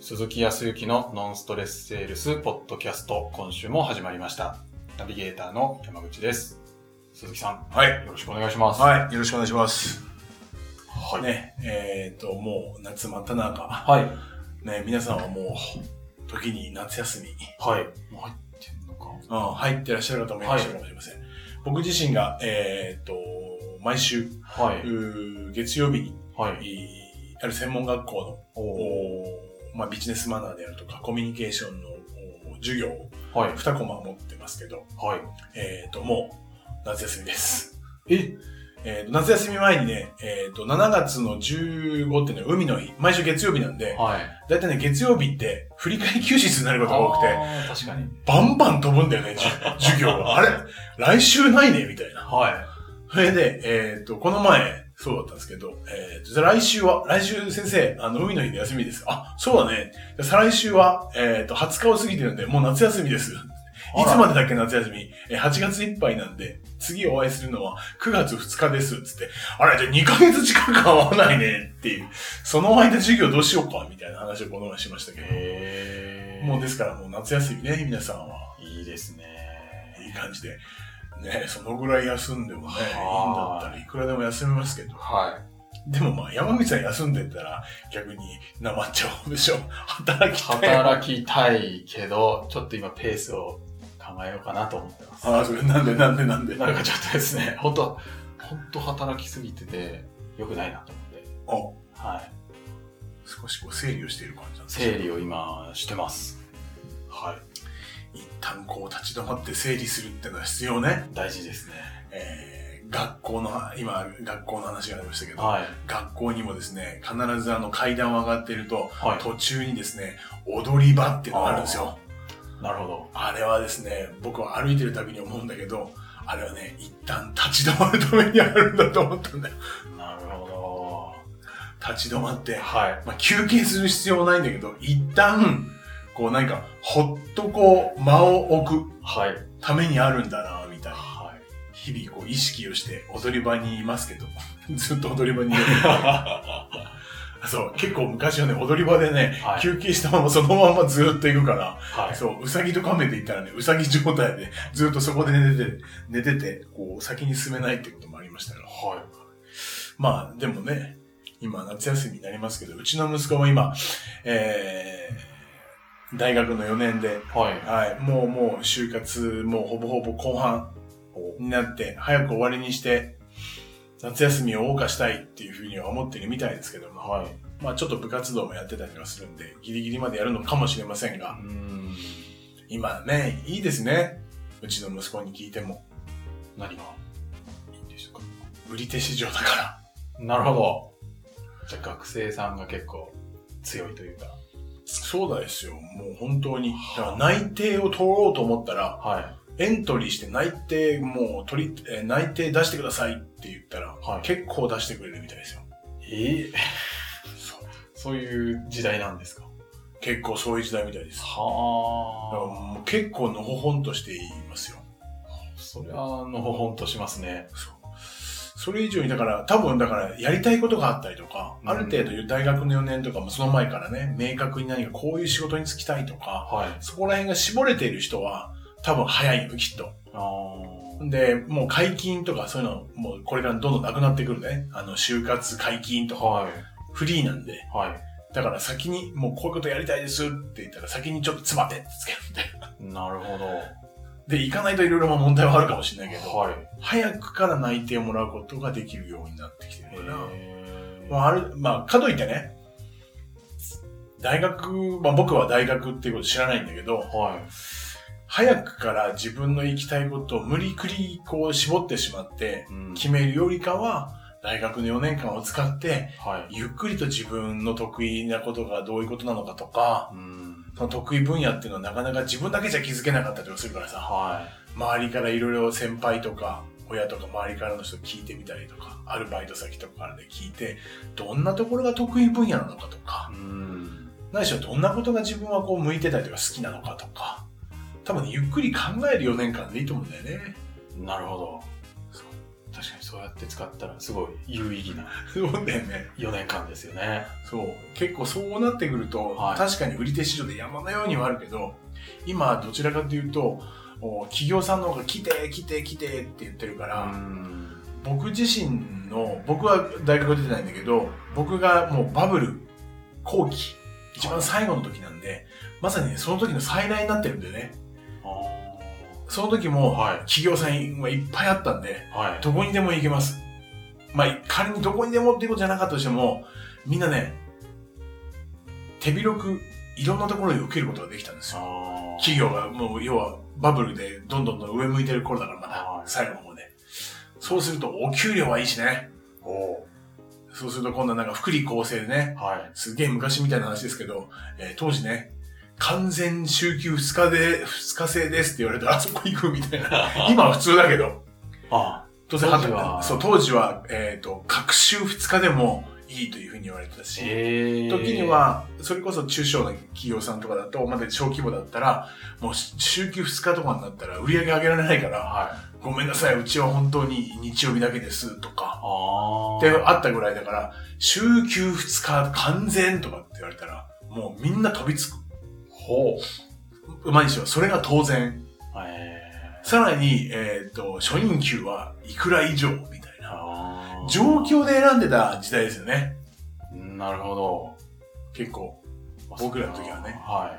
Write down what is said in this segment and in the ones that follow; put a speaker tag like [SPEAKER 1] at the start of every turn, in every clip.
[SPEAKER 1] 鈴木康之のノンストレスセールスポッドキャスト、今週も始まりました。ナビゲーターの山口です。鈴木さん、
[SPEAKER 2] はい。
[SPEAKER 1] よろしくお願いします。
[SPEAKER 2] はい。よろしくお願いします。
[SPEAKER 1] はい。
[SPEAKER 2] ね、えっ、と、もう夏真っ只中。
[SPEAKER 1] はい。
[SPEAKER 2] ね、皆さんはもう、時に夏休み、
[SPEAKER 1] はい。もう入ってんのか。
[SPEAKER 2] うん、入ってらっしゃる方もいらっしゃるかもしれません。僕自身が、えっ、と、毎週、
[SPEAKER 1] は
[SPEAKER 2] う
[SPEAKER 1] い。
[SPEAKER 2] ー月曜日に、
[SPEAKER 1] はい。
[SPEAKER 2] いある専門学校
[SPEAKER 1] お
[SPEAKER 2] の、
[SPEAKER 1] お
[SPEAKER 2] おーまあ、ビジネスマナーであるとか、コミュニケーションのおー授業を
[SPEAKER 1] ー。はい。
[SPEAKER 2] 2コマ持ってますけど、
[SPEAKER 1] はい。
[SPEAKER 2] えっ、と、もう、夏休みです。
[SPEAKER 1] え
[SPEAKER 2] えーと夏休み前にね、えーと、7月の15ってね、海の日、毎週月曜日なんで、
[SPEAKER 1] はい。
[SPEAKER 2] だいたいね、月曜日って、振り替え休日になることが多くて、
[SPEAKER 1] あー確かに。
[SPEAKER 2] バンバン飛ぶんだよね、じゅ授業が。あれ来週ないねみたいな。
[SPEAKER 1] は
[SPEAKER 2] それで、えーと、この前、そうだったんですけど、えーと、じゃあ来週は、来週先生、あの、海の日で休みです。あ、そうだね。じゃあ再来週は、えーと、20日を過ぎてるんで、もう夏休みです。
[SPEAKER 1] あ
[SPEAKER 2] い
[SPEAKER 1] ら
[SPEAKER 2] つまでだっけ夏休みえー ?8 月いっぱいなんで、次お会いするのは9月2日です。つって、あれ、じゃあ2ヶ月近く会わないねっていう、その間授業どうしようかみたいな話をこの前しました
[SPEAKER 1] い。
[SPEAKER 2] け
[SPEAKER 1] へ
[SPEAKER 2] ど、もうですからもう夏休みね、皆さんは。
[SPEAKER 1] いいですね。
[SPEAKER 2] いい感じで。ねそのぐらい休んでもね、いいんだ
[SPEAKER 1] は
[SPEAKER 2] っ
[SPEAKER 1] い
[SPEAKER 2] たらいくらでも休めますけど。
[SPEAKER 1] は
[SPEAKER 2] でもまあ、山口さん休んでたら逆になまっちゃうでしょ。働
[SPEAKER 1] い。
[SPEAKER 2] きたい。
[SPEAKER 1] 働きたいけど、ちょっと今ペースを考えようかなと思ってます。
[SPEAKER 2] ああ、それなんでなんでなんで。
[SPEAKER 1] なんかちょっとですね、 本当本当働きすぎてて、良くないなと思って。
[SPEAKER 2] あ
[SPEAKER 1] はい。
[SPEAKER 2] 少しこう整理をしている感じなんですね
[SPEAKER 1] 整理を今してます。はい。
[SPEAKER 2] 一旦こう立ち止まって整理するってのは必要ね。
[SPEAKER 1] 大事ですね。
[SPEAKER 2] えー学校の、今ある学校の話がありましたけど、
[SPEAKER 1] はい。
[SPEAKER 2] 学校にもですね、必ずあの階段を上がってると、
[SPEAKER 1] は
[SPEAKER 2] 途中にですね、踊り場っていうのがあるんですよ。
[SPEAKER 1] い。なるほど。
[SPEAKER 2] あれはですね、僕は歩いてるたびに思うんだけど、あれはね、一旦立ち止まるためにあるんだと思ったんだよ。
[SPEAKER 1] なるほ
[SPEAKER 2] 立ち止まっ
[SPEAKER 1] ど。
[SPEAKER 2] て、
[SPEAKER 1] はい。
[SPEAKER 2] まあ、休憩する必要はないんだけど、一旦、こうなんか、ほっとこう、間を置く
[SPEAKER 1] はい。
[SPEAKER 2] ためにあるんだな、みたいな。
[SPEAKER 1] は
[SPEAKER 2] 日々こう意識をして踊り場にいますけど、 ずっと踊り場にいる。そう、結構昔はね、踊り場でね、
[SPEAKER 1] はい
[SPEAKER 2] 休憩したままそのままずっと行くから、
[SPEAKER 1] い。はい。
[SPEAKER 2] そう、うさぎと亀で行ったらね、うさぎ状態で、ずっとそこで寝てて、寝てて、こう、先に進めないってこともありましたから。
[SPEAKER 1] は
[SPEAKER 2] まあ、でもね、今夏休みになりますけど、うちの息子も今、えー、大学の4年で、
[SPEAKER 1] い。はい。
[SPEAKER 2] はい、もうもう就活、もうほぼほぼ後半になって、早く終わりにして、夏休みを謳歌したいっていうふうには思ってるみたいですけども、
[SPEAKER 1] はい。
[SPEAKER 2] まあちょっと部活動もやってたりはするんで、ギリギリまでやるのかもしれません
[SPEAKER 1] う
[SPEAKER 2] が、
[SPEAKER 1] ーん。
[SPEAKER 2] 今ね、いいですね。うちの息子に聞いても、
[SPEAKER 1] 何がいいんでしょう
[SPEAKER 2] 売り手市場だから、
[SPEAKER 1] か。なるほど。じゃあ学生さんが結構強いというか。
[SPEAKER 2] そうですよ。もう本当に。だから内定を取ろうと思ったら、
[SPEAKER 1] はい。
[SPEAKER 2] エントリーして内定、もう取り、えー内定出してくださいって言ったら、
[SPEAKER 1] はい
[SPEAKER 2] 結構出してくれるみたいですよ。
[SPEAKER 1] ええ
[SPEAKER 2] そう
[SPEAKER 1] そういう時代なんですか
[SPEAKER 2] 結構そういう時代みたいです。だから
[SPEAKER 1] は
[SPEAKER 2] もう結構のほほんとして言いますよ。
[SPEAKER 1] あ。そりゃ、のほほんとしますね。
[SPEAKER 2] そう。それ以上に、だから、多分だから、やりたいことがあったりとか、
[SPEAKER 1] うん
[SPEAKER 2] ある程度大学の4年とかもその前からね、明確に何かこういう仕事に就きたいとか、
[SPEAKER 1] はい。
[SPEAKER 2] そこら辺が絞れている人は、多分早いよ、きっと。
[SPEAKER 1] あ
[SPEAKER 2] で、もう解禁とかそういうの、もうこれからどんどんなくなってくるね。あの、就活解禁と
[SPEAKER 1] あ。
[SPEAKER 2] か、
[SPEAKER 1] はい。
[SPEAKER 2] フリーなんで。
[SPEAKER 1] はい。
[SPEAKER 2] だから先に、もうこういうことやりたいですって言ったら、先にちょっとつまてってつけるみたいな。
[SPEAKER 1] なるほど。
[SPEAKER 2] で、行かないといろいろまあ問題はあるかもしれないけど、
[SPEAKER 1] はい。
[SPEAKER 2] 早くから内定をもらうことができるようになってきて
[SPEAKER 1] へ
[SPEAKER 2] るから、
[SPEAKER 1] え
[SPEAKER 2] まあ、ある、まあ、かといってね、大学、まあ僕は大学っていうこと知らないんだけど、
[SPEAKER 1] はい。
[SPEAKER 2] 早くから自分の行きたいことを無理くりこう絞ってしまって
[SPEAKER 1] うん
[SPEAKER 2] 決めるよりかは、大学の4年間を使って、
[SPEAKER 1] はい。
[SPEAKER 2] ゆっくりと自分の得意なことがどういうことなのかとか、
[SPEAKER 1] うん。
[SPEAKER 2] その得意分野っていうのはなかなか自分だけじゃ気づけなかったりとかするからさ、
[SPEAKER 1] は
[SPEAKER 2] 周りからいろいろ先輩とか親とか周りからの人聞いてみたりとかアルバイト先とかからで聞いてどんなところが得意分野なのかとか
[SPEAKER 1] い。うん。
[SPEAKER 2] 何しろどんなことが自分はこう向いてたりとか好きなのかとか多分ねゆっくり考える4年間でいいと思うんだよね
[SPEAKER 1] なるほど。確かにそうやって使ったらすごい有意義な
[SPEAKER 2] そうだよね。
[SPEAKER 1] 4年間ですよね。
[SPEAKER 2] そう。結構そうなってくると、
[SPEAKER 1] はい
[SPEAKER 2] 確かに売り手市場で山のようにはあるけど、今どちらかというと、お企業さんの方が来て、来て、来てって言ってるか
[SPEAKER 1] う
[SPEAKER 2] ら、
[SPEAKER 1] ん。
[SPEAKER 2] 僕自身の、僕は大学出てないんだけど、僕がもうバブル後期、一番最後の時なんで、まさにその時の再来になってるんだよね。
[SPEAKER 1] あ
[SPEAKER 2] その時も、
[SPEAKER 1] はい
[SPEAKER 2] 企業さんはいっぱいあったんで、
[SPEAKER 1] ーはい。
[SPEAKER 2] どこにでも行けます。まあ、仮にどこにでもっていうことじゃなかったとしても、みんなね、手広くいろんなところで受けることができたんですよ。
[SPEAKER 1] あー
[SPEAKER 2] 企業がもう、要はバブルでどんどんどん上向いてる頃だからま
[SPEAKER 1] はい、
[SPEAKER 2] だ最後の方で。そうすると、お給料はいいしね。
[SPEAKER 1] お
[SPEAKER 2] そうすると今度はなんか福利厚生でね、
[SPEAKER 1] ーはい。
[SPEAKER 2] すげえ昔みたいな話ですけど、えー当時ね、完全週休2日で、2日制ですって言われて、あそこ行くみたいな。 今は普通だけど。
[SPEAKER 1] あ
[SPEAKER 2] 当然
[SPEAKER 1] 当時は
[SPEAKER 2] そう、当時は、えっ、と、各週2日でもいいというふうに言われてたし、
[SPEAKER 1] えー。
[SPEAKER 2] 時に、は、それこそ中小の企業さんとかだと、まだ小規模だったら、もう週休2日とかになったら売り上げ上げられないから、
[SPEAKER 1] はい。
[SPEAKER 2] ごめんなさい、うちは本当に日曜日だけですとか、
[SPEAKER 1] あ
[SPEAKER 2] で、
[SPEAKER 1] あ。
[SPEAKER 2] あったぐらいだから、週休2日完全とかって言われたら、もうみんな飛びつく。
[SPEAKER 1] ほう。
[SPEAKER 2] うまいにしろ、それが当然。
[SPEAKER 1] え
[SPEAKER 2] さらに、えっ、と、初任給はいくら以上みたい
[SPEAKER 1] ー。
[SPEAKER 2] な。
[SPEAKER 1] あー
[SPEAKER 2] 状況で選んでた時代ですよね。
[SPEAKER 1] なるほど。
[SPEAKER 2] 結構。僕らの時はね
[SPEAKER 1] は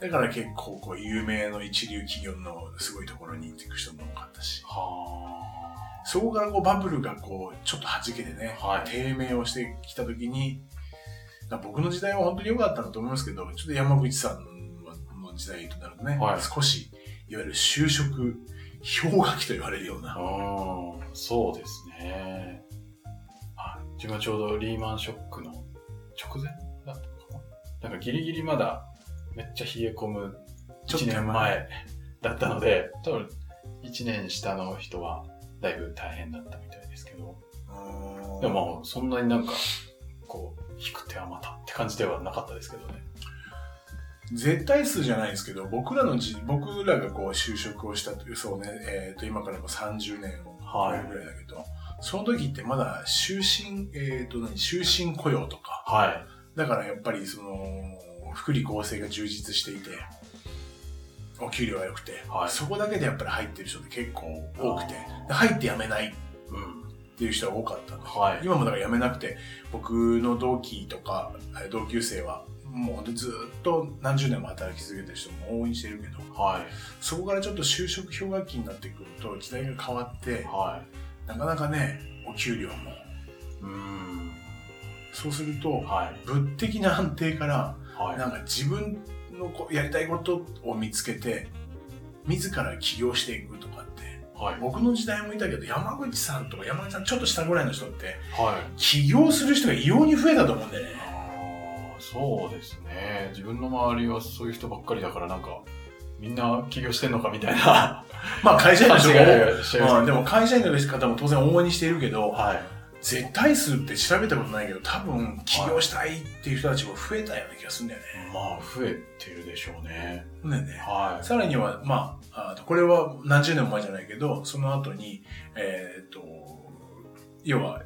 [SPEAKER 2] だから結構、こう、有名の一流企業のすごいところに行く人も多かったし
[SPEAKER 1] い。。は
[SPEAKER 2] そこからこう、バブルがこう、ちょっと弾けてね、
[SPEAKER 1] はい
[SPEAKER 2] 低迷をしてきた時に、だから僕の時代は本当に良かったなと思いますけど、ちょっと山口さんの時代となるとね、
[SPEAKER 1] はい
[SPEAKER 2] 少し、いわゆる就職氷河期と言われるよう
[SPEAKER 1] あ。
[SPEAKER 2] な。
[SPEAKER 1] うん。そうですね。はい。自分はちょうどリーマンショックの直前だったのかな。なんかギリギリまだめっちゃ冷え込む
[SPEAKER 2] ちょっ
[SPEAKER 1] 1
[SPEAKER 2] と
[SPEAKER 1] 年前だったので、多分1年下の人はだいぶ大変だったみたいですけど、で
[SPEAKER 2] でも、
[SPEAKER 1] もまあそんなになんか、こう、引く手はまたって感じではなかったですけどね。
[SPEAKER 2] 絶対数じゃないですけど、僕らのじ、僕らがこう就職をしたという、そうね、えっ、と、今からもう30年を超えるぐらいだけど、その時ってまだ終身、えっ、と、何、終身雇用とか、
[SPEAKER 1] はい。
[SPEAKER 2] だからやっぱりその福利厚生が充実していてお給料が良くて、
[SPEAKER 1] はい
[SPEAKER 2] そこだけでやっぱり入ってる人って結構多くてで入って辞めないっ
[SPEAKER 1] うん。
[SPEAKER 2] ていう人が多かったんで
[SPEAKER 1] はい。
[SPEAKER 2] 今もだから辞めなくて僕の同期とかえ同級生はもうほんとずっと何十年も働き続けてる人も応援してるけど
[SPEAKER 1] は
[SPEAKER 2] そこからちょっと就職氷河期になってくると時代が変わっ
[SPEAKER 1] い。
[SPEAKER 2] て
[SPEAKER 1] は
[SPEAKER 2] なかなかねお給料も
[SPEAKER 1] い。うーん。
[SPEAKER 2] そうすると
[SPEAKER 1] はい。
[SPEAKER 2] 物的な安定からな
[SPEAKER 1] は
[SPEAKER 2] んか自分のこうやりたいことを見つけて自ら起業していくとかって
[SPEAKER 1] い。はい。
[SPEAKER 2] 僕の時代もいたけど山口さんとか山口さんちょっと下ぐらいの人って
[SPEAKER 1] はい。
[SPEAKER 2] 起業する人が異様に増えたと思うんだよね
[SPEAKER 1] あーそうですね。自分の周りはそういう人ばっかりだから、なんか、みんな起業してんのかみたいな
[SPEAKER 2] まあ会社員の
[SPEAKER 1] 感
[SPEAKER 2] 人
[SPEAKER 1] じ
[SPEAKER 2] が
[SPEAKER 1] が
[SPEAKER 2] 多い
[SPEAKER 1] しちゃいます
[SPEAKER 2] うんでも会社員の方も当然応援にしているけど
[SPEAKER 1] はい。
[SPEAKER 2] 絶対数って調べたことないけど多分起業したいっていう人たちも増えたような気がするんだよね
[SPEAKER 1] まあ、増えてるでしょうね。
[SPEAKER 2] そうだよね
[SPEAKER 1] はい。
[SPEAKER 2] さらには、まあ、あのこれは何十年も前じゃないけど、その後に、えーっと、要は、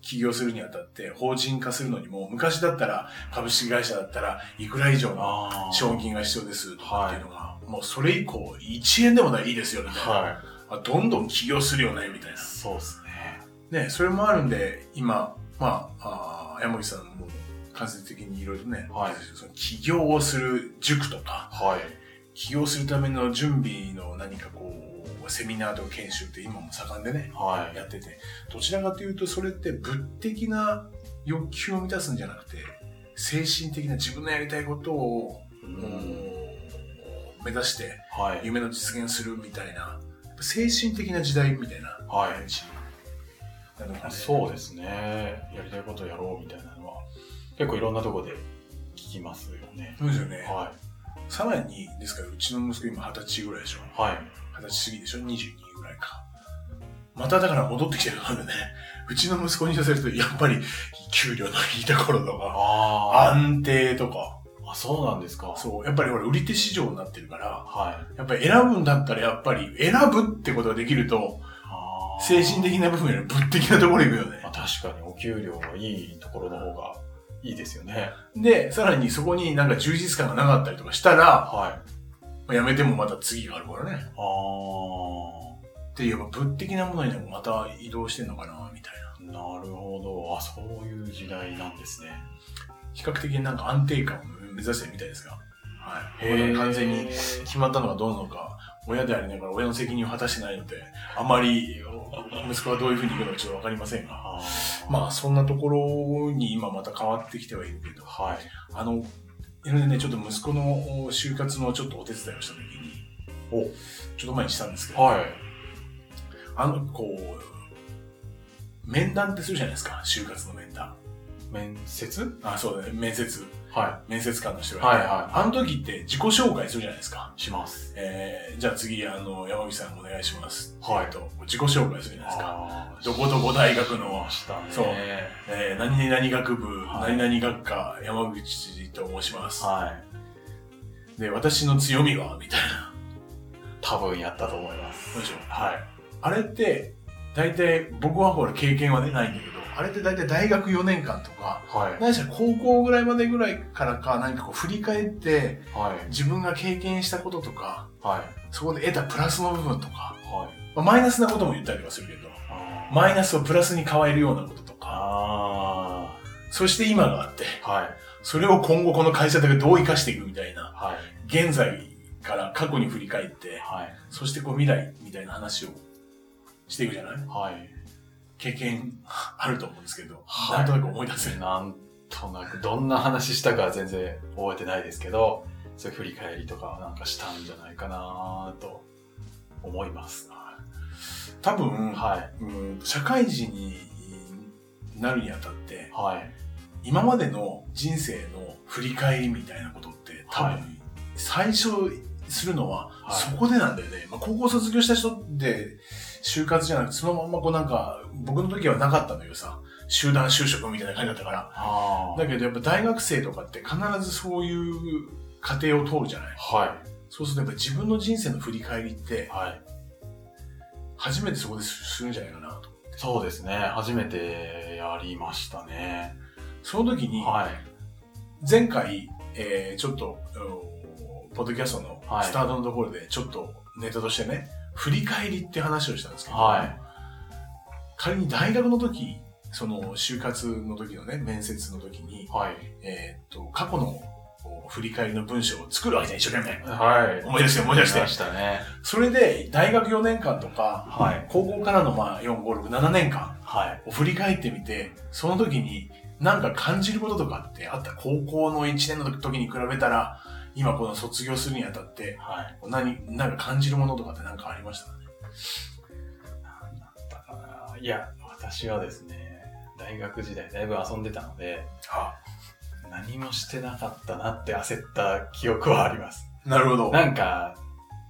[SPEAKER 2] 起業するにあたって、法人化するのにも、昔だったら、株式会社だったらいくら以上の
[SPEAKER 1] あ
[SPEAKER 2] 資本金が必要ですとかっていうのが、もうそれ以降、1円でもないいいですよ、みたいな、
[SPEAKER 1] は
[SPEAKER 2] あどんどん起業するよね、みたい
[SPEAKER 1] い。そうですね。
[SPEAKER 2] な。ね、それもあるんで、今、まあ、あー山口さんも間接的にいろいろね、
[SPEAKER 1] はい
[SPEAKER 2] その起業をする塾とか、
[SPEAKER 1] はい。
[SPEAKER 2] 起業するための準備の何かこうセミナーとか研修って今も盛んでね
[SPEAKER 1] はい。
[SPEAKER 2] やっててどちらかというとそれって物的な欲求を満たすんじゃなくて精神的な自分のやりたいことを、
[SPEAKER 1] う
[SPEAKER 2] うん
[SPEAKER 1] ん
[SPEAKER 2] 目指して
[SPEAKER 1] はい。
[SPEAKER 2] 夢の実現するみたいな精神的な時代みたいな
[SPEAKER 1] はい。
[SPEAKER 2] じなのかね
[SPEAKER 1] そうですね。やりたいことやろうみたいなのは、結構いろんなとこで聞きますよね。
[SPEAKER 2] そうですよね
[SPEAKER 1] は
[SPEAKER 2] さらにですからうちの息子今二十歳ぐらいでしょ
[SPEAKER 1] い。はい。
[SPEAKER 2] 二十歳過ぎでしょ ?22 ぐらいか。まただから戻ってきてるからね。うちの息子にさせると、やっぱり、給料のいいところとか、
[SPEAKER 1] あ
[SPEAKER 2] 安定とか、
[SPEAKER 1] あ。あ、そうなんですか。
[SPEAKER 2] そう、やっぱりほら、売り手市場になってるから、
[SPEAKER 1] はい。
[SPEAKER 2] やっぱり選ぶんだったら、やっぱり、選ぶってことができると、
[SPEAKER 1] あ
[SPEAKER 2] 精神的な部分より物的なところ行くよね
[SPEAKER 1] ま。あ、確かにお給料がいいところの方がいいですよね。
[SPEAKER 2] で、さらにそこになんか充実感がなかったりとかしたら、
[SPEAKER 1] はい。
[SPEAKER 2] まあやめてもまた次があるからね。
[SPEAKER 1] ああ、
[SPEAKER 2] って言えば物的なものにでもまた移動してんのかな、みたいな。
[SPEAKER 1] なるほど。あ、そういう時代なんですね。
[SPEAKER 2] 比較的なんか安定感を目指してるみたいですが。はい。まだ完全に
[SPEAKER 1] へ
[SPEAKER 2] 決まったのがどうなのか、親でありながら親の責任を果たしてないので、あまり息子はどういうふうにいくのかちょっとわかりませんが。
[SPEAKER 1] あー
[SPEAKER 2] まあそんなところに今また変わってきてはいるけど、
[SPEAKER 1] はい。
[SPEAKER 2] あの、いろいろね、ちょっと息子の就活のちょっとお手伝いをした時に、
[SPEAKER 1] お
[SPEAKER 2] ちょっと前にしたんですけど、
[SPEAKER 1] はい。
[SPEAKER 2] あの、こう、面談ってするじゃないですか、就活の面談。
[SPEAKER 1] 面接
[SPEAKER 2] あ、そうだね、面接、
[SPEAKER 1] は
[SPEAKER 2] 面接官の人
[SPEAKER 1] い。
[SPEAKER 2] が。
[SPEAKER 1] はいは
[SPEAKER 2] あの時って自己紹介するじゃないですか。
[SPEAKER 1] い。します。
[SPEAKER 2] えー、じゃあ次、あの、山口さんお願いします。
[SPEAKER 1] はい
[SPEAKER 2] えーと、自己紹介するじゃないですか。
[SPEAKER 1] あー
[SPEAKER 2] どこどこ大学
[SPEAKER 1] し
[SPEAKER 2] の
[SPEAKER 1] ま、したね。
[SPEAKER 2] そうえー、何々学部、
[SPEAKER 1] はい
[SPEAKER 2] 何々学科、山口と申します。
[SPEAKER 1] はい。
[SPEAKER 2] で、私の強みは、みたいな。
[SPEAKER 1] 多分やったと思います。
[SPEAKER 2] どうでしょう
[SPEAKER 1] はい。
[SPEAKER 2] あれって、大体、僕はほら経験はね、ないんだけど、あれって大体大学4年間とか、
[SPEAKER 1] はい。
[SPEAKER 2] 何しろ高校ぐらいまでぐらいからか、何かこう振り返って、
[SPEAKER 1] はい。
[SPEAKER 2] 自分が経験したこととか、
[SPEAKER 1] はい。
[SPEAKER 2] そこで得たプラスの部分とか、
[SPEAKER 1] はい。
[SPEAKER 2] まあ、マイナスなことも言ったりはするけど、
[SPEAKER 1] あー
[SPEAKER 2] マイナスをプラスに変えるようなこととか、
[SPEAKER 1] あ
[SPEAKER 2] そして今があって、
[SPEAKER 1] ー。はい。
[SPEAKER 2] それを今後この会社でどう生かしていくみたいな、
[SPEAKER 1] はい。
[SPEAKER 2] 現在から過去に振り返って、
[SPEAKER 1] はい。
[SPEAKER 2] そしてこう未来みたいな話をしていくじゃない
[SPEAKER 1] はい。
[SPEAKER 2] 経験あると思うんですけど、
[SPEAKER 1] はい
[SPEAKER 2] なんとなく思い出せる。
[SPEAKER 1] なんとなく、どんな話したかは全然覚えてないですけど、そういう振り返りとかはなんかしたんじゃないかなと思います。
[SPEAKER 2] 多分、
[SPEAKER 1] はい。
[SPEAKER 2] うん社会人になるにあたって、
[SPEAKER 1] はい。
[SPEAKER 2] 今までの人生の振り返りみたいなことって、多分、
[SPEAKER 1] はい
[SPEAKER 2] 最初するのは、
[SPEAKER 1] い
[SPEAKER 2] そこでなんだよね。まあ、高校卒業した人って、就活じゃなくて、そのまんまこうなんか、僕の時はなかったんだけどさ、集団就職みたいな感じだったから。
[SPEAKER 1] あ
[SPEAKER 2] だけどやっぱ大学生とかって必ずそういう過程を通るじゃない
[SPEAKER 1] は
[SPEAKER 2] そうするとやっぱ自分の人生の振り返りって
[SPEAKER 1] い。、はい。
[SPEAKER 2] 初めてそこでするんじゃないかなと。
[SPEAKER 1] そうですね。初めてやりましたね。
[SPEAKER 2] その時に、
[SPEAKER 1] はい。
[SPEAKER 2] 前回、えーちょっと、うんポッドキャストの
[SPEAKER 1] はい
[SPEAKER 2] スタートのところで、ちょっとネタとしてね、振り返りって話をしたんですけど、
[SPEAKER 1] は
[SPEAKER 2] 仮に大学の時、その就活の時のね、面接の時に
[SPEAKER 1] い。、はい。
[SPEAKER 2] えーっと、過去のこう振り返りの文章を作るわけじゃん、一生懸命。
[SPEAKER 1] はい。
[SPEAKER 2] 思い出して、思い出して
[SPEAKER 1] ま。したね。
[SPEAKER 2] それで、大学4年間とか、
[SPEAKER 1] はい。
[SPEAKER 2] 高校からのまあ4、5、6、7年間
[SPEAKER 1] はい。
[SPEAKER 2] を振り返ってみて、その時になんか感じることとかってあった高校の1年の時に比べたら、今この卒業するにあたって、
[SPEAKER 1] はい。
[SPEAKER 2] 何、なんか感じるものとかってなんかありましたね。
[SPEAKER 1] だから、いや、私はですね、大学時代だいぶ遊んでたので、
[SPEAKER 2] あ、
[SPEAKER 1] 何もしてなかったなって焦った記憶はあります。
[SPEAKER 2] なるほ ど。
[SPEAKER 1] なんか、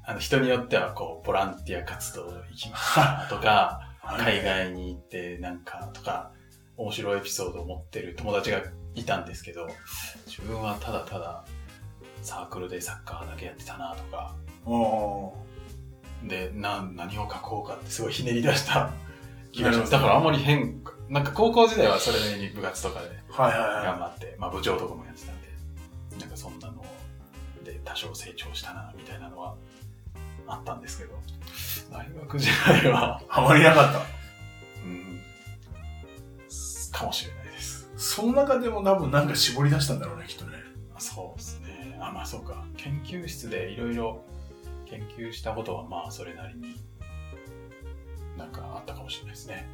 [SPEAKER 1] あの人によってはこう、ボランティア活動行きましたとか、海外に行ってなんかとか、面白いエピソードを持ってる友達がいたんですけど、自分はただただサークルでサッカーだけやってたなとか、
[SPEAKER 2] お
[SPEAKER 1] で、な、何を書こうかってすごいひねり出 した気がします。だ
[SPEAKER 2] なるほど
[SPEAKER 1] からあんまり変化、なんか高校時代はそれなりに部活とかで
[SPEAKER 2] ーはいはい
[SPEAKER 1] 頑
[SPEAKER 2] は。、
[SPEAKER 1] 張って、まあ部長とかもやってたんで、なんかそんなので多少成長したな、みたいなのはあったんですけど、大学時代はい
[SPEAKER 2] あまりなかった。
[SPEAKER 1] うん、かもしれないです。
[SPEAKER 2] その中でも多分なんか絞り出したんだろうね、きっとね。
[SPEAKER 1] そうですね。あ、まあそうか。研究室でいろいろ研究したことは、まあそれなりになんかあったかもしれないですね。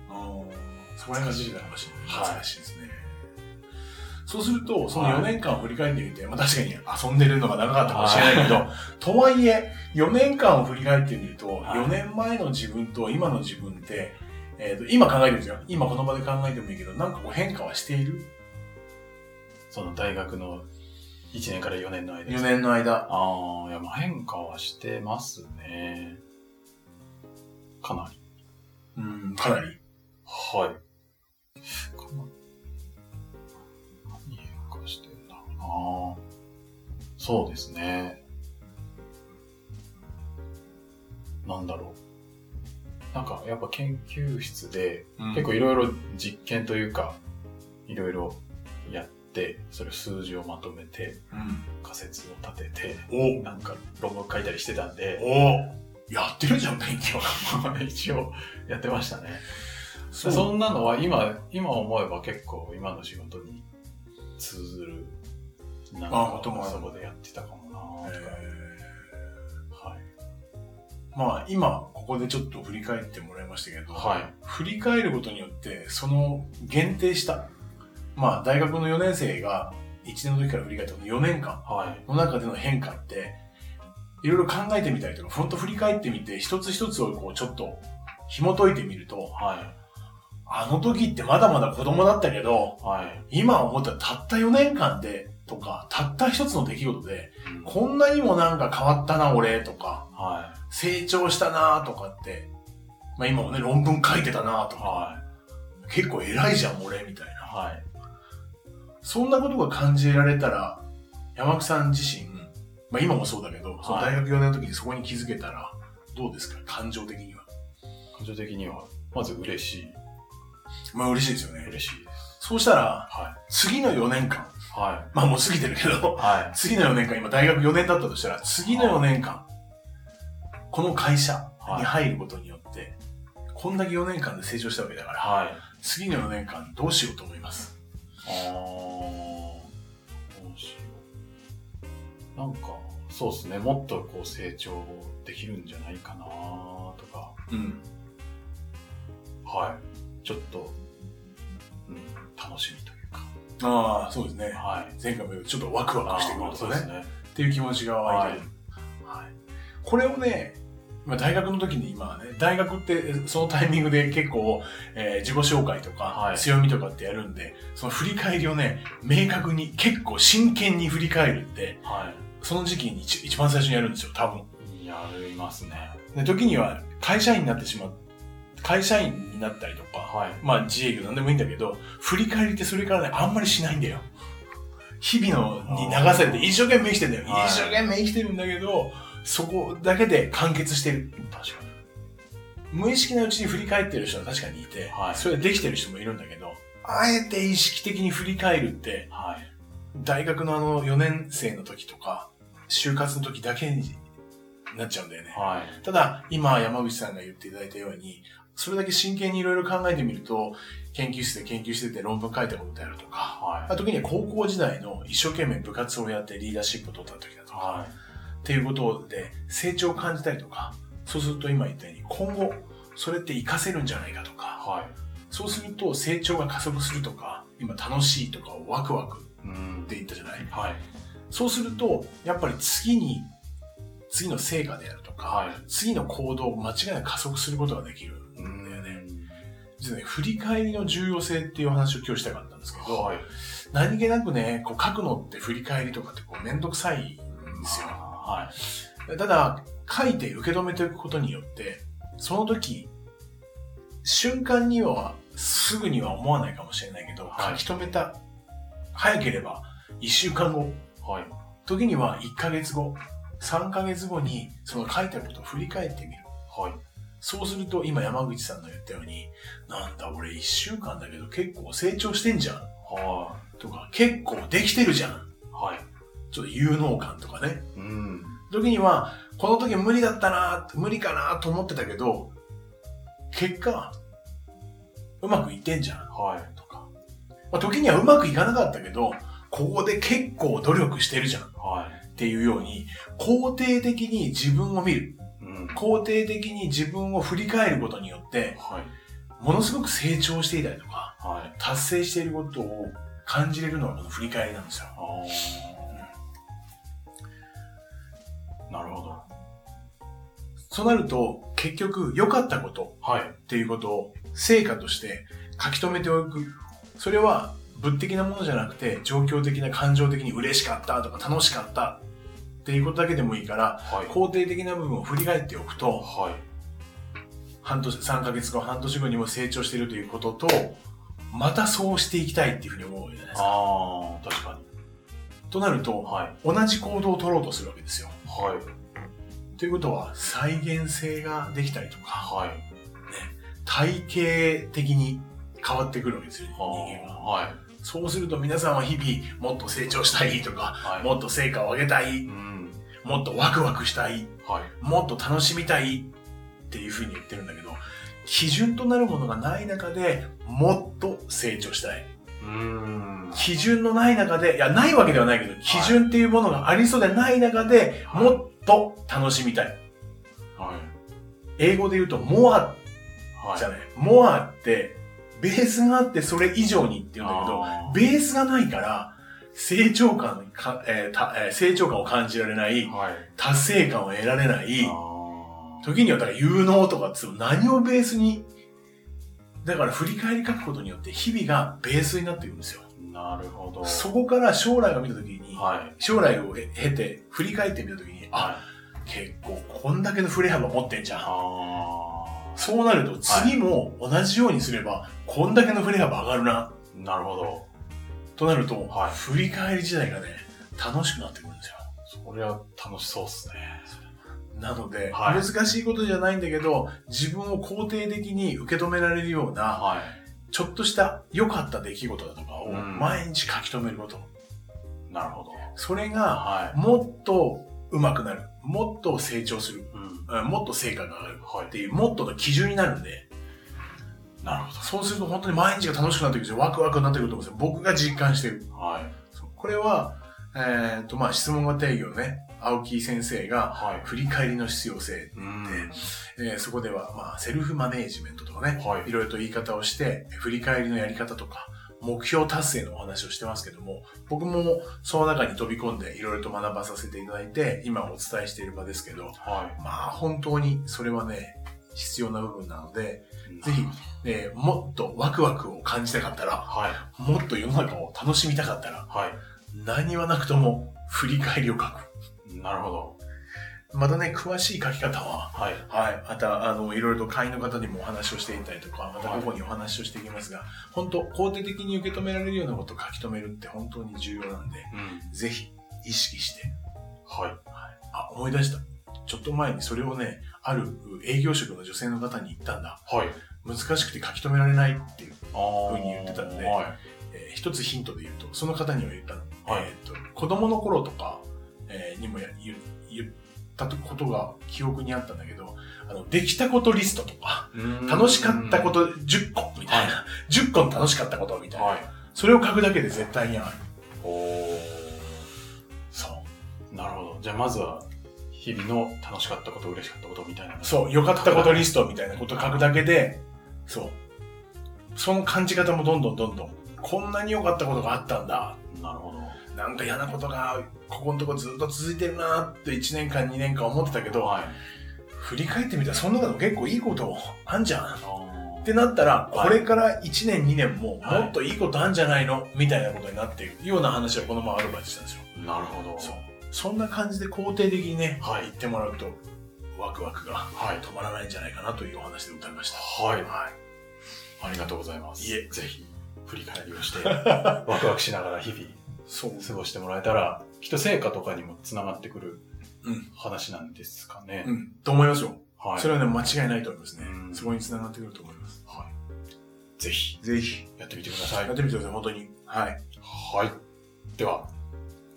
[SPEAKER 2] そこら辺が時期だかもしれない。
[SPEAKER 1] はい
[SPEAKER 2] 難しいですね。そうすると、その4年間を振り返ってみて、まあ確かに遊んでるのが長かったかもしれないけど、とはいえ、4年間を振り返ってみると、
[SPEAKER 1] はい
[SPEAKER 2] 4年前の自分と今の自分って、えーと今考えてるんですよ。今この場で考えてもいいけど、なんかこう変化はしている
[SPEAKER 1] その大学の1年から4年の間です
[SPEAKER 2] ?4 年の間。
[SPEAKER 1] ああ、いや、まあ変化はしてますね。かなり。
[SPEAKER 2] うん、かなり。
[SPEAKER 1] はい。かな何変化してんだろうな。そうですね。なんだろう。なんかやっぱ研究室で
[SPEAKER 2] うん
[SPEAKER 1] 結構いろいろ実験というか、いろいろやって、それ数字をまとめて、仮説を立てて、なんか論文書いたりしてたんで、
[SPEAKER 2] おおやってるじゃん勉強
[SPEAKER 1] 一応やってましたね。
[SPEAKER 2] そ
[SPEAKER 1] そんなのは今、今思えば結構今の仕事に通ずる、なん
[SPEAKER 2] あ
[SPEAKER 1] か
[SPEAKER 2] こともある
[SPEAKER 1] そこでやってたかもなとか、はい。
[SPEAKER 2] まあ今ここでちょっと振り返ってもらいましたけど、
[SPEAKER 1] はい。
[SPEAKER 2] 振り返ることによってその限定したまあ大学の4年生が1年の時から振り返ったこの4年間
[SPEAKER 1] はい。
[SPEAKER 2] の中での変化っていろいろ考えてみたりとかほんと振り返ってみて一つ一つをこうちょっと紐解いてみると
[SPEAKER 1] は
[SPEAKER 2] あの時ってまだまだ子供だったけど
[SPEAKER 1] い。はい。
[SPEAKER 2] 今思ったらたった4年間でとかたった一つの出来事でこんなにもなんか変わったな俺とか
[SPEAKER 1] は
[SPEAKER 2] 成長したなとかって、まあ今もね、論文書いてたなと
[SPEAKER 1] い。
[SPEAKER 2] か、
[SPEAKER 1] はい。
[SPEAKER 2] 結構偉いじゃん、俺、みたいな。
[SPEAKER 1] はい。
[SPEAKER 2] そんなことが感じられたら、山木さん自身、まあ今もそうだけど、その大学4年の時にそこに気づけたら、どうですか、感情的には。
[SPEAKER 1] 感情的には、まず嬉しい。
[SPEAKER 2] まあ嬉しいですよね。
[SPEAKER 1] 嬉しいです。
[SPEAKER 2] そうしたら、
[SPEAKER 1] は
[SPEAKER 2] 次の4年間、
[SPEAKER 1] い。は
[SPEAKER 2] まあもう過ぎてるけ
[SPEAKER 1] い。
[SPEAKER 2] ど、
[SPEAKER 1] はい。
[SPEAKER 2] 次の4年間、今大学4年だったとしたら、次の4年間、この会社に入ることによって、こんだけ4年間で成長したわけだから、
[SPEAKER 1] はい。
[SPEAKER 2] 次の4年間どうしようと思います
[SPEAKER 1] あーどうしようなんかそうですねもっとこう成長できるんじゃないかなとか
[SPEAKER 2] うん
[SPEAKER 1] はいちょっと、うん、楽しみというか
[SPEAKER 2] ああそうですね
[SPEAKER 1] はい
[SPEAKER 2] 前回もちょっとワクワクしてくる
[SPEAKER 1] あー
[SPEAKER 2] と
[SPEAKER 1] そう
[SPEAKER 2] ね
[SPEAKER 1] ですね
[SPEAKER 2] っていう気持ちが湧いてる、はいこれをねまあ大学の時に今はね大学ってそのタイミングで結構、えー自己紹介とか、
[SPEAKER 1] はい
[SPEAKER 2] 強みとかってやるんでその振り返りをね明確に結構真剣に振り返るって
[SPEAKER 1] は
[SPEAKER 2] その時期に一一番最初にやるんですよ多分
[SPEAKER 1] いやりますね
[SPEAKER 2] で時には会社員になってしまう会社員になったりとか
[SPEAKER 1] はい
[SPEAKER 2] まあ自営業なんでもいいんだけど、振り返りってそれからね、あんまりしないんだよ。日々のに流されて一生懸命生きてんだよ。
[SPEAKER 1] はい
[SPEAKER 2] 一生懸命生きてるんだけど、そこだけで完結してる。
[SPEAKER 1] 確かに
[SPEAKER 2] 無意識なうちに振り返ってる人は確かにいて、
[SPEAKER 1] はい
[SPEAKER 2] それはできてる人もいるんだけど、あえて意識的に振り返るって、
[SPEAKER 1] はい
[SPEAKER 2] 大学のあの4年生の時とか、就活の時だけになっちゃうんだよね。
[SPEAKER 1] はい
[SPEAKER 2] ただ、今、山口さんが言っていただいたように、それだけ真剣にいろいろ考えてみると、研究室で研究してて論文書いたことであるとか、
[SPEAKER 1] は
[SPEAKER 2] あ時には高校時代の一生懸命部活をやってリーダーシップを取った時だ
[SPEAKER 1] い
[SPEAKER 2] とか、
[SPEAKER 1] は
[SPEAKER 2] っていうことで成長を感じたりとか、そうすると今言ったように、今後、それって活かせるんじゃないかと
[SPEAKER 1] い
[SPEAKER 2] か、
[SPEAKER 1] は
[SPEAKER 2] そうすると成長が加速するとか、今楽しいとかワクワク
[SPEAKER 1] いうん
[SPEAKER 2] って言ったじゃない
[SPEAKER 1] はい
[SPEAKER 2] そうすると、やっぱり次に、次の成果であるとか、
[SPEAKER 1] は
[SPEAKER 2] 次の行動を間違いなく加速することができる
[SPEAKER 1] い
[SPEAKER 2] んだよね。
[SPEAKER 1] うん
[SPEAKER 2] 実はね、振り返りの重要性っていうお話を今日したかったんですけど、
[SPEAKER 1] はい
[SPEAKER 2] 何気なくね、こう書くのって振り返りとかってこうめんどくさいんですよ。
[SPEAKER 1] は
[SPEAKER 2] ただ、書いて受け止めていくことによって、その時、瞬間にはすぐには思わないかもしれないけど、
[SPEAKER 1] はい
[SPEAKER 2] 書き留めた、早ければ1週間後、
[SPEAKER 1] いはい
[SPEAKER 2] 時には1ヶ月後、3ヶ月後にその書いたことを振り返ってみる。
[SPEAKER 1] はい
[SPEAKER 2] そうすると、今山口さんの言ったように、なんだ俺一週間だけど結構成長してんじゃん
[SPEAKER 1] は
[SPEAKER 2] とか、結構できてるじゃん
[SPEAKER 1] いはい
[SPEAKER 2] ちょっと有能感とかね。
[SPEAKER 1] うん
[SPEAKER 2] 時には、この時無理だったな、無理かなと思ってたけど、結果、うまくいってんじゃん
[SPEAKER 1] はい
[SPEAKER 2] とか。まあ、時にはうまくいかなかったけど、ここで結構努力してるじゃんっ
[SPEAKER 1] は
[SPEAKER 2] ていうように、肯定的に自分を見る。
[SPEAKER 1] いうん
[SPEAKER 2] 肯定的に自分を振り返ることによって、
[SPEAKER 1] はい
[SPEAKER 2] ものすごく成長していたりとか、
[SPEAKER 1] はい
[SPEAKER 2] 達成していることを感じれるのがこの振り返りなんですよ。
[SPEAKER 1] ああ。なるほど。
[SPEAKER 2] そうなると、結局、良かったこと
[SPEAKER 1] はい。
[SPEAKER 2] っていうことを成果として書き留めておく。それは、物的なものじゃなくて、状況的な、感情的に嬉しかったとか楽しかったっていうことだけでもいいから、
[SPEAKER 1] はい。
[SPEAKER 2] 肯定的な部分を振り返っておくと、
[SPEAKER 1] はい。
[SPEAKER 2] 半年、3ヶ月後、半年後にも成長しているということと、またそうしていきたいっていうふうに思うじゃないですか。
[SPEAKER 1] ああ、確かに。
[SPEAKER 2] となると、
[SPEAKER 1] はい。
[SPEAKER 2] 同じ行動を取ろうとするわけですよ。
[SPEAKER 1] はい。
[SPEAKER 2] ということは再現性ができたりとか
[SPEAKER 1] はい。
[SPEAKER 2] 体系的に変わってくるわけですよ、
[SPEAKER 1] あ
[SPEAKER 2] 人間は。
[SPEAKER 1] あはい。
[SPEAKER 2] そうすると皆さんは日々もっと成長したいとか、
[SPEAKER 1] はい。
[SPEAKER 2] もっと成果を上げたい、
[SPEAKER 1] うん。
[SPEAKER 2] もっとワクワクしたい、
[SPEAKER 1] はい。
[SPEAKER 2] もっと楽しみたいっていうふうに言ってるんだけど、基準となるものがない中でもっと成長したい。
[SPEAKER 1] うーん。
[SPEAKER 2] 基準のない中で、いや、ないわけではないけど、基準っていうものがありそうでない中で、
[SPEAKER 1] はい
[SPEAKER 2] もっと楽しみたい。
[SPEAKER 1] はい。
[SPEAKER 2] 英語で言うと、モア
[SPEAKER 1] はい。
[SPEAKER 2] じゃ
[SPEAKER 1] あ、
[SPEAKER 2] ない。モアって、ベースがあってそれ以上にって言うんだけど、ベースがないから、成長感か、えーたえー成長感を感じられない、
[SPEAKER 1] はい。
[SPEAKER 2] 達成感を得られない、
[SPEAKER 1] あ
[SPEAKER 2] 時にはだから有能とかっていうの何をベースに、だから振り返り書くことによって日々がベースになっていくんですよ。
[SPEAKER 1] ーなるほど。
[SPEAKER 2] そこから将来を見たときに、
[SPEAKER 1] はい。
[SPEAKER 2] 将来を経て振り返ってみたときに、あ、
[SPEAKER 1] はい。
[SPEAKER 2] 結構こんだけの振れ幅持ってんじゃん。
[SPEAKER 1] あ
[SPEAKER 2] そうなると次も同じようにすれば、こんだけの振れ幅上がるな、
[SPEAKER 1] ーなるほど。
[SPEAKER 2] となると、
[SPEAKER 1] はい
[SPEAKER 2] 振り返り自体がね、楽しくなってくるんですよ。
[SPEAKER 1] それは楽しそうっすね。
[SPEAKER 2] なので、
[SPEAKER 1] はい
[SPEAKER 2] 難しいことじゃないんだけど、自分を肯定的に受け止められるような、
[SPEAKER 1] はい。
[SPEAKER 2] ちょっとした良かった出来事だとか
[SPEAKER 1] う
[SPEAKER 2] を
[SPEAKER 1] ん
[SPEAKER 2] 毎日書き留めること。
[SPEAKER 1] なるほど。
[SPEAKER 2] それが、
[SPEAKER 1] は
[SPEAKER 2] もっと上手くなる。もっと成長する。
[SPEAKER 1] い。うん。
[SPEAKER 2] うんもっと成果が上がる。
[SPEAKER 1] は
[SPEAKER 2] っていう、もっとの基準になるんで、
[SPEAKER 1] い。なるほ
[SPEAKER 2] そうすると本当に毎日が楽しくなってくるし、ワクワクになってくると思うんですよ。僕が実感してる。
[SPEAKER 1] ど。はい。
[SPEAKER 2] そうこれは、えーっと、まあ、質問が定義をね、青木先生が、
[SPEAKER 1] はい。
[SPEAKER 2] 振り返りの必要性、
[SPEAKER 1] うん。
[SPEAKER 2] えーそこでは、まあ、セルフマネージメントとかね、
[SPEAKER 1] はい
[SPEAKER 2] いろいろと言い方をして、振り返りのやり方とか、目標達成のお話をしてますけども、僕もその中に飛び込んでいろいろと学ばさせていただいて、今お伝えしている場ですけど、
[SPEAKER 1] は
[SPEAKER 2] まあ本当にそれはね、必要な部分なので、
[SPEAKER 1] い。
[SPEAKER 2] ぜひ、えーもっとワクワクを感じたかったら、
[SPEAKER 1] はい。
[SPEAKER 2] もっと世の中を楽しみたかったら、
[SPEAKER 1] は
[SPEAKER 2] 何はなくとも振り返りを書く。
[SPEAKER 1] い。なるほど。
[SPEAKER 2] またね、詳しい書き方は、
[SPEAKER 1] はい。
[SPEAKER 2] はい、またあのいろいろと会員の方にもお話をしていたりとかまた
[SPEAKER 1] はい
[SPEAKER 2] 午後にお話をしていきますが、本当肯定的に受け止められるようなことを書き留めるって本当に重要なんで
[SPEAKER 1] うん。
[SPEAKER 2] ぜひ意識して
[SPEAKER 1] はい。
[SPEAKER 2] あ思い出したちょっと前にそれをねあるう営業職の女性の方に言ったんだ
[SPEAKER 1] はい。
[SPEAKER 2] 難しくて書き留められないっていう、
[SPEAKER 1] ああ。
[SPEAKER 2] ふうに言ってたんで
[SPEAKER 1] はい。
[SPEAKER 2] えー一つヒントで言うとその方には言ったの、
[SPEAKER 1] はい
[SPEAKER 2] えーと子供の頃とか、えーにもや言言ったことが記憶にあったんだけどあのできたことリストとか楽しかったこと10個みたいな。10個の楽しかったことみたいな。
[SPEAKER 1] はい。
[SPEAKER 2] それを書くだけで絶対にある。
[SPEAKER 1] おお。
[SPEAKER 2] そう。
[SPEAKER 1] なるほど。じゃあまずは、日々の楽しかったこと、嬉しかったことみたいな。
[SPEAKER 2] そう。良かったことリストみたいなことを書くだけで、そう。その感じ方もどんどんどんどん、こんなに良かったことがあったんだ。
[SPEAKER 1] なるほど。
[SPEAKER 2] なんか嫌なことが、ここのとこずっと続いてるなって1年間2年間思ってたけど、
[SPEAKER 1] はい。
[SPEAKER 2] 振り返ってみたらその中でも結構いいことあんじゃん。
[SPEAKER 1] あー
[SPEAKER 2] ってなったら、
[SPEAKER 1] はい
[SPEAKER 2] これから1年2年も
[SPEAKER 1] はい
[SPEAKER 2] もっといいことあんじゃないのみたいなことになっていくような話をこのままアドバイスしたんですよ。
[SPEAKER 1] なるほど。
[SPEAKER 2] そう。そんな感じで肯定的にね、
[SPEAKER 1] はい
[SPEAKER 2] 言ってもらうと、ワクワクが
[SPEAKER 1] はい。
[SPEAKER 2] 止まらないんじゃないかなというお話で歌いました。
[SPEAKER 1] はい。
[SPEAKER 2] は
[SPEAKER 1] ありがとうございます。
[SPEAKER 2] いえ
[SPEAKER 1] ぜひ、振り返りを して、ワクワクしながら日々
[SPEAKER 2] い。そう。
[SPEAKER 1] 過ごしてもらえたら、きっと成果とかにもつながってくる
[SPEAKER 2] うん。
[SPEAKER 1] 話なんですかね。
[SPEAKER 2] うん。と思いますよ。
[SPEAKER 1] はい。
[SPEAKER 2] それはね、間違いないと思いますね
[SPEAKER 1] う。ん
[SPEAKER 2] そこに繋がってくると思います。
[SPEAKER 1] はい。ぜひ、
[SPEAKER 2] ぜひ、
[SPEAKER 1] やってみてください。
[SPEAKER 2] やってみてください、本当に。はい。
[SPEAKER 1] はい。では、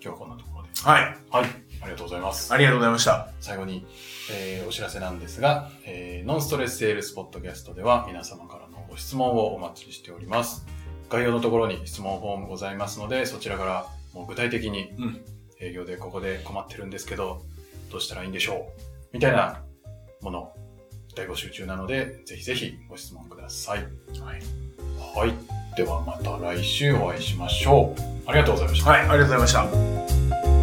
[SPEAKER 1] 今日はこんなところで。
[SPEAKER 2] はい。
[SPEAKER 1] はい。ありがとうございます。
[SPEAKER 2] ありがとうございました。
[SPEAKER 1] 最後に、えーお知らせなんですが、えーノンストレスセールスポッドキャストでは皆様からのご質問をお待ちしております。概要のところに質問フォームございますので、そちらからもう具体的に
[SPEAKER 2] うん
[SPEAKER 1] 営業でここで困ってるんですけど、どうしたらいいんでしょうみたいなもの、大募集中なので、ぜひぜひご質問ください。
[SPEAKER 2] はい。
[SPEAKER 1] はい。ではまた来週お会いしましょう。ありがとうございました。
[SPEAKER 2] はい、ありがとうございました。